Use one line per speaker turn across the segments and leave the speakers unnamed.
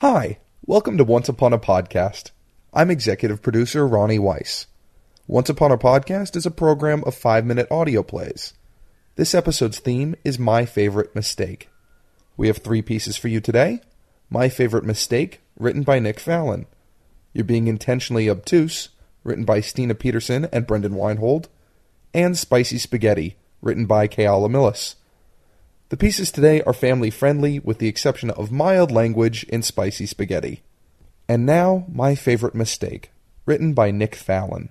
Hi, welcome to Once Upon a Podcast. I'm executive producer Ronnie Weiss. Once Upon a Podcast is a program of five minute audio plays. This episode's theme is My Favorite Mistake. We have three pieces for you today My Favorite Mistake, written by Nick Fallon, You're Being Intentionally Obtuse, written by Stina Peterson and Brendan Weinhold, and Spicy Spaghetti, written by Kayala Millis. The pieces today are family friendly, with the exception of mild language in spicy spaghetti. And now, my favorite mistake, written by Nick Fallon.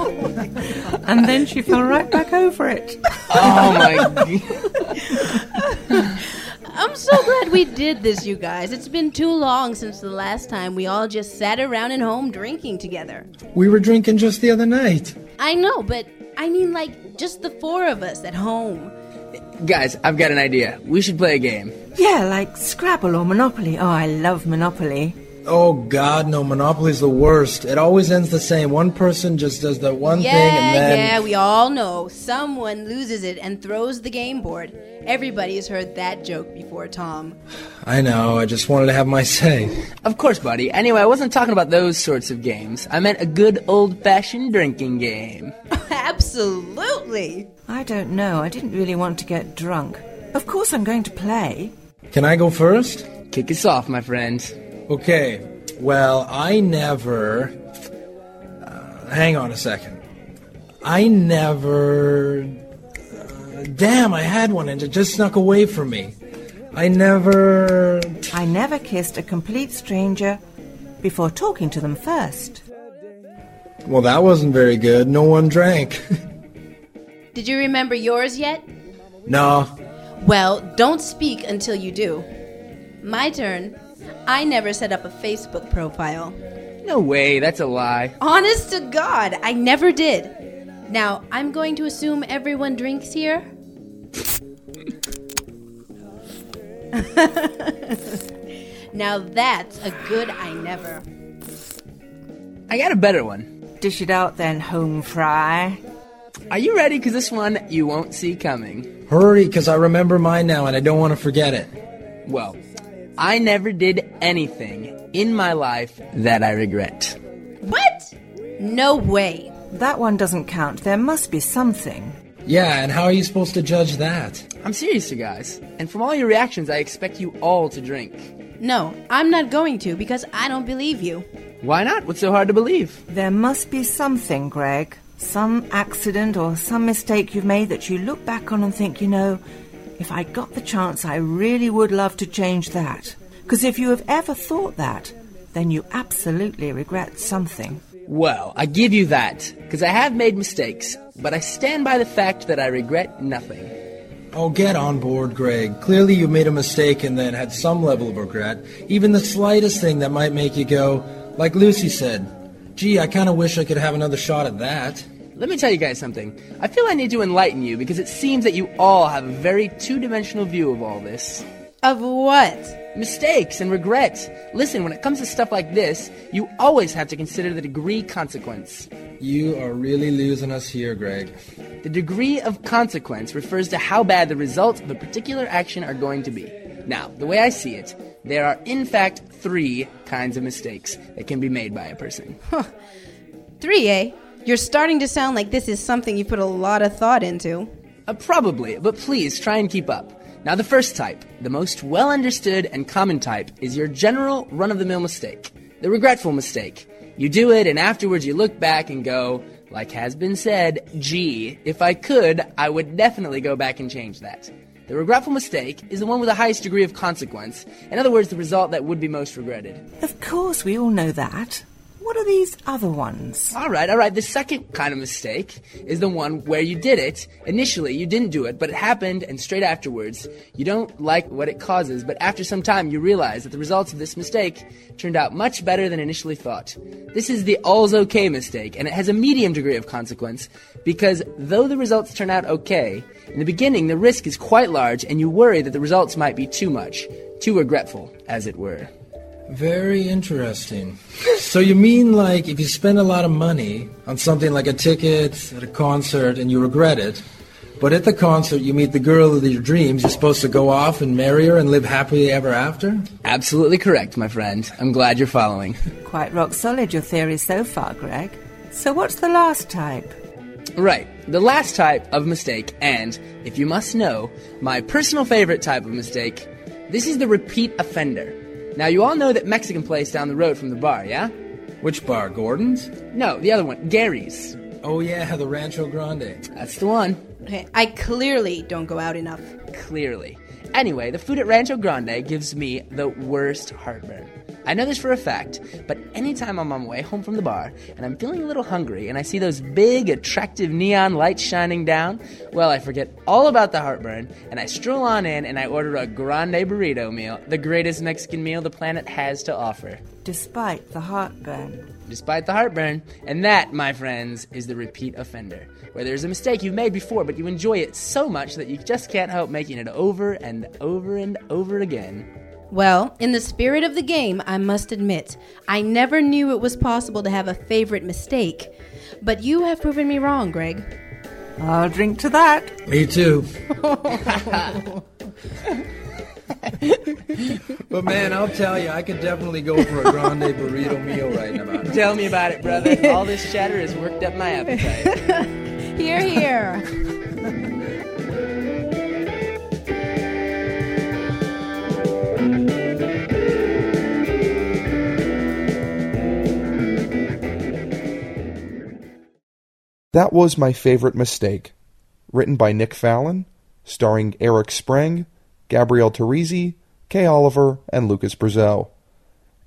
and then she fell right back over it.
Oh my!
I'm so glad we did this, you guys. It's been too long since the last time we all just sat around at home drinking together.
We were drinking just the other night.
I know, but I mean, like, just the four of us at home.
Guys, I've got an idea. We should play a game.
Yeah, like Scrabble or Monopoly. Oh, I love Monopoly.
Oh God, no! Monopoly's the worst. It always ends the same. One person just does that one
Yeah,
thing, and then
yeah, we all know. Someone loses it and throws the game board. Everybody has heard that joke before, Tom.
I know. I just wanted to have my say.
Of course, buddy. Anyway, I wasn't talking about those sorts of games. I meant a good old-fashioned drinking game.
Absolutely.
I don't know. I didn't really want to get drunk. Of course, I'm going to play.
Can I go first?
Kick us off, my friends.
Okay. Well, I never. Uh, hang on a second. I never. uh, damn! I had one, and it just snuck away from me. I never.
I never kissed a complete stranger before talking to them first.
Well, that wasn't very good. No one drank.
Did you remember yours yet?
no,
Well, don't speak until you do. My turn. I never set up a Facebook profile.
No way, that's a lie.
Honest to God, I never did. Now, I'm going to assume everyone drinks here. now that's a good I never.
I got a better one.
Dish it out then, home fry.
Are you ready? Cause this one you won't see coming.
Hurry, because I remember mine now and I don't want to forget it.
Well, I never did anything in my life that I regret.
What? No way.
That one doesn't count. There must be something.
Yeah, and how are you supposed to judge that?
I'm serious, you guys. And from all your reactions, I expect you all to drink.
No, I'm not going to because I don't believe you.
Why not? What's so hard to believe?
There must be something, Greg. Some accident or some mistake you've made that you look back on and think, you know, if I got the chance, I really would love to change that. Because if you have ever thought that, then you absolutely regret something.
Well, I give you that, because I have made mistakes, but I stand by the fact that I regret nothing.
Oh, get on board, Greg. Clearly, you made a mistake and then had some level of regret. Even the slightest thing that might make you go, like Lucy said, gee, I kind of wish I could have another shot at that.
Let me tell you guys something. I feel I need to enlighten you, because it seems that you all have a very two dimensional view of all this.
Of what?
Mistakes and regrets. Listen, when it comes to stuff like this, you always have to consider the degree consequence.
You are really losing us here, Greg.
The degree of consequence refers to how bad the results of a particular action are going to be. Now, the way I see it, there are in fact three kinds of mistakes that can be made by a person.
3A. eh? You're starting to sound like this is something you put a lot of thought into.
Uh, probably, but please try and keep up. Now, the first type, the most well understood and common type, is your general run of the mill mistake, the regretful mistake. You do it, and afterwards you look back and go, like has been said, gee, if I could, I would definitely go back and change that. The regretful mistake is the one with the highest degree of consequence, in other words, the result that would be most regretted.
Of course, we all know that. What are these other ones?
All right, all right. The second kind of mistake is the one where you did it. Initially, you didn't do it, but it happened, and straight afterwards, you don't like what it causes, but after some time, you realize that the results of this mistake turned out much better than initially thought. This is the all's okay mistake, and it has a medium degree of consequence because though the results turn out okay, in the beginning, the risk is quite large, and you worry that the results might be too much, too regretful, as it were.
Very interesting. So you mean like if you spend a lot of money on something like a ticket at a concert and you regret it, but at the concert you meet the girl of your dreams, you're supposed to go off and marry her and live happily ever after?
Absolutely correct, my friend. I'm glad you're following.
Quite rock solid, your theory so far, Greg. So, what's the last type?
Right, the last type of mistake, and if you must know, my personal favorite type of mistake, this is the repeat offender. Now, you all know that Mexican place down the road from the bar, yeah?
Which bar, Gordon's?
No, the other one, Gary's.
Oh yeah, the Rancho Grande.
That's the one,
Okay, I clearly don't go out enough.
clearly. Anyway, the food at Rancho Grande gives me the worst heartburn. I know this for a fact, but anytime I'm on my way home from the bar and I'm feeling a little hungry and I see those big, attractive neon lights shining down, well, I forget all about the heartburn and I stroll on in and I order a grande burrito meal, the greatest Mexican meal the planet has to offer.
Despite the heartburn.
despite the heartburn. And that, my friends, is the repeat offender, where there's a mistake you've made before, but you enjoy it so much that you just can't help making it over and over and over again.
Well, in the spirit of the game, I must admit, I never knew it was possible to have a favorite mistake. But you have proven me wrong, Greg.
I'll drink to that.
Me too. but man, I'll tell you, I could definitely go for a grande burrito meal right now.
Tell me about it, brother. All this chatter has worked up my appetite.
Here, here.
That was my favorite mistake. Written by Nick Fallon, starring Eric Sprang, Gabrielle Teresi, Kay Oliver, and Lucas Brazel.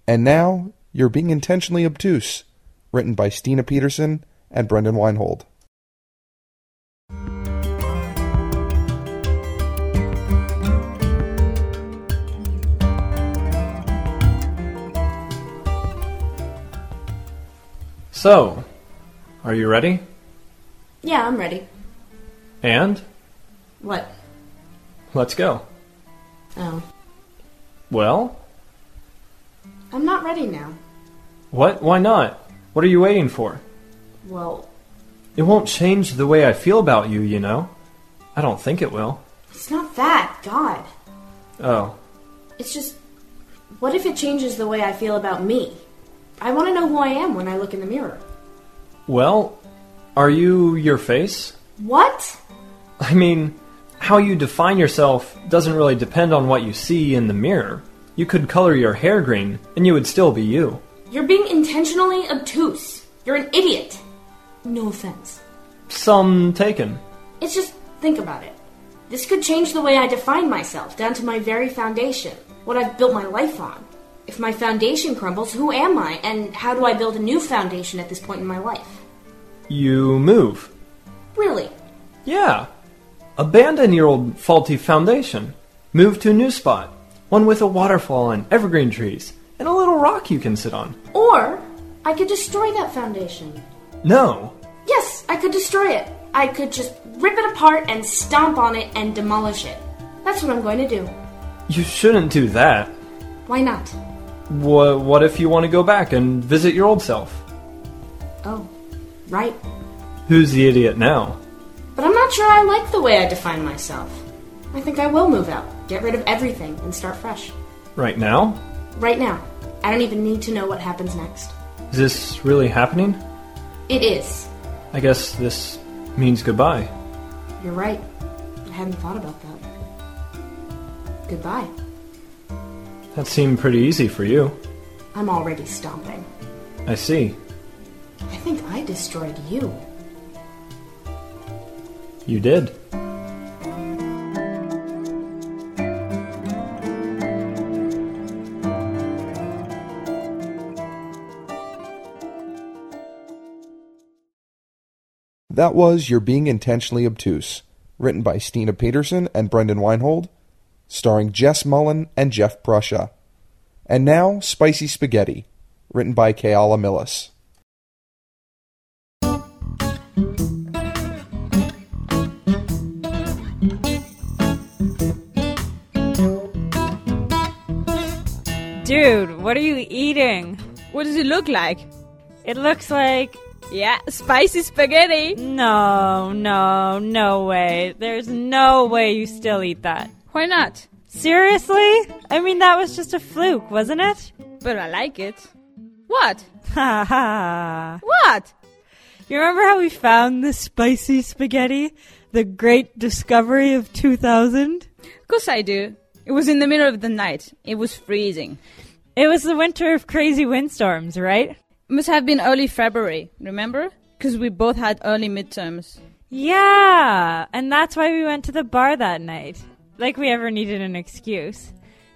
And now, You're Being Intentionally Obtuse, written by Stina Peterson and Brendan Weinhold.
So, are you ready?
Yeah, I'm ready.
And
What?
let's go.
Oh.
Well,
I'm not ready now.
what? Why not? What are you waiting for?
Well,
It won't change the way I feel about you, you know. I don't think it will.
it's not that. God.
Oh,
It's just. What if it changes the way I feel about me? I want to know who I am when I look in the mirror.
well, are you your face?
What?
I mean, how you define yourself doesn't really depend on what you see in the mirror. You could color your hair green, and you would still be you.
You're being intentionally obtuse. You're an idiot. No offense.
Some taken.
It's just. Think about it. This could change the way I define myself, down to my very foundation, what I've built my life on. If my foundation crumbles, who am I, and how do I build a new foundation at this point in my life?
You move.
Really?
Yeah. Abandon your old faulty foundation. Move to a new spot. One with a waterfall and evergreen trees, and a little rock you can sit on.
Or I could destroy that foundation.
No.
Yes, I could destroy it. I could just rip it apart and stomp on it and demolish it. That's what I'm going to do.
You shouldn't do that.
Why not?
Wha what if you want to go back and visit your old self?
Oh, right.
Who's the idiot now?
But I'm not sure I like the way I define myself. I think I will move out, get rid of everything, and start fresh.
Right now?
Right now, I don't even need to know what happens next.
Is this really happening?
It is.
I guess this means goodbye.
You're right. I hadn't thought about that. Goodbye.
That seemed pretty easy for you.
I'm already stomping.
I see.
I think I destroyed you.
You did.
That was You're Being Intentionally Obtuse, written by Stina Peterson and Brendan Weinhold, starring Jess Mullen and Jeff Prussia. And now, Spicy Spaghetti, written by Kayala Millis.
Dude, what are you eating?
What does it look like?
It looks like.
Yeah, spicy spaghetti.
No, no, no way. There's no way you still eat that.
Why not?
Seriously? I mean, that was just a fluke, wasn't it?
But I like it. What?
Ha ha.
What?
You remember how we found the spicy spaghetti? The great discovery of 2000?
Course I do. It was in the middle of the night. It was freezing.
It was the winter of crazy windstorms, right?
Must have been early February, remember? Because we both had early midterms.
Yeah, and that's why we went to the bar that night. Like we ever needed an excuse.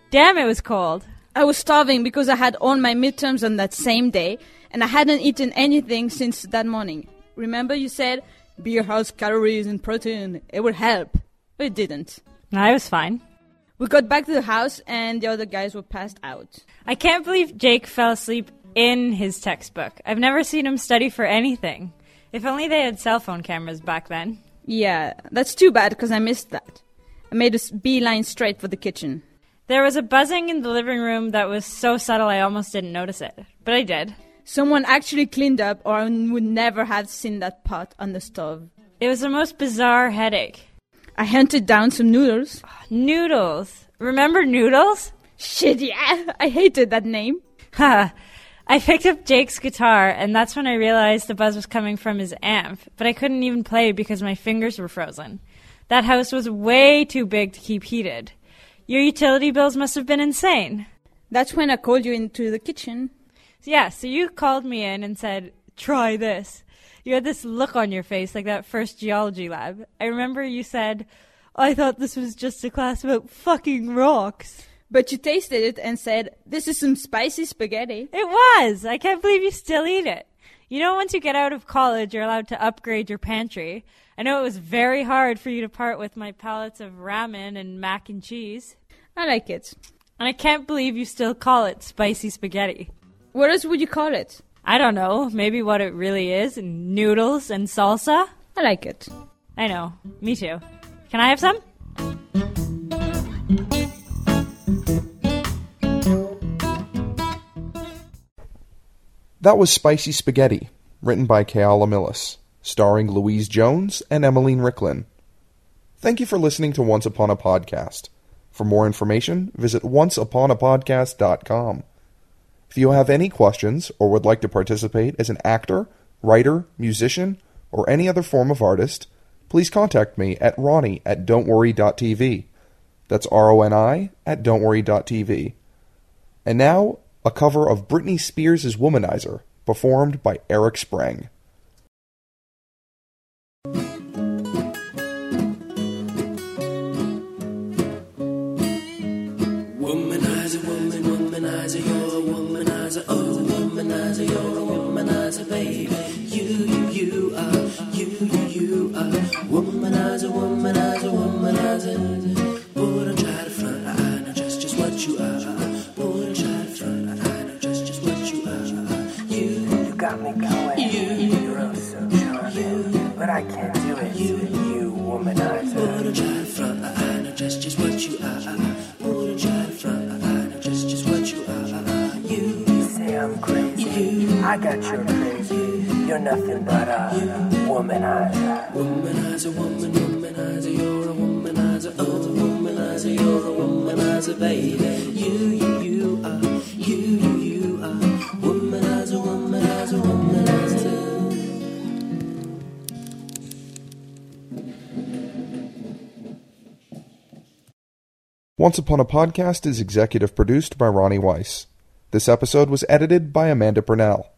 Damn, it was cold.
I was starving because I had all my midterms on that same day, and I hadn't eaten anything since that morning. Remember, you said beer has calories and protein. It would help. But it didn't.
And I was fine.
We got back to the house, and the other guys were passed out.
I can't believe Jake fell asleep in his textbook. I've never seen him study for anything. If only they had cell phone cameras back then.
Yeah, that's too bad because I missed that. I made a s- beeline straight for the kitchen.
There was a buzzing in the living room that was so subtle I almost didn't notice it, but I did.
Someone actually cleaned up, or I would never have seen that pot on the stove.
It was the most bizarre headache.
I hunted down some noodles.
Noodles. Remember noodles?
Shit, yeah, I hated that name.
Ha! I picked up Jake's guitar, and that's when I realized the buzz was coming from his amp, but I couldn't even play because my fingers were frozen. That house was way too big to keep heated. Your utility bills must have been insane.
That's when I called you into the kitchen.
Yeah, so you called me in and said, try this. You had this look on your face like that first geology lab. I remember you said, I thought this was just a class about fucking rocks.
But you tasted it and said, This is some spicy spaghetti.
It was! I can't believe you still eat it. You know, once you get out of college, you're allowed to upgrade your pantry. I know it was very hard for you to part with my pallets of ramen and mac and cheese.
I like it.
And I can't believe you still call it spicy spaghetti.
What else would you call it?
I don't know, maybe what it really is noodles and salsa?
I like it.
I know. Me too. Can I have some?
That was Spicy Spaghetti, written by Kayala Millis, starring Louise Jones and Emmeline Ricklin. Thank you for listening to Once Upon a Podcast. For more information, visit onceuponapodcast.com. If you have any questions or would like to participate as an actor, writer, musician, or any other form of artist, please contact me at ronnie at don'tworry.tv. That's R-O-N-I at don'tworry.tv. And now, a cover of Britney Spears' Womanizer, performed by Eric Sprang.
Womanizer, woman, womanizer, you're a womanizer. Oh, womanizer, you're a womanizer, baby. You, you, you are, you, you, you are. Womanizer, womanizer, womanizer. Boy, don't try to front, I I know just, just what you are. Boy, don't try to front, I I know just, just what you are. You, you got me going. You, you're really so charming, but I can't do it. You, you womanizer. Boy, don't try to front, I I know just, just what you are. Boy, don't try to front, I I know just, just what you are. You, you say I'm crazy. You, I got your crazy. You're nothing but a womanizer. Womanizer, woman, womanizer. You're a womanizer. Oh, womanizer. You're a womanizer, baby. You, you, you are. You, you, you are. Womanizer, womanizer, womanizer.
Once Upon a Podcast is executive produced by Ronnie Weiss. This episode was edited by Amanda Burnell.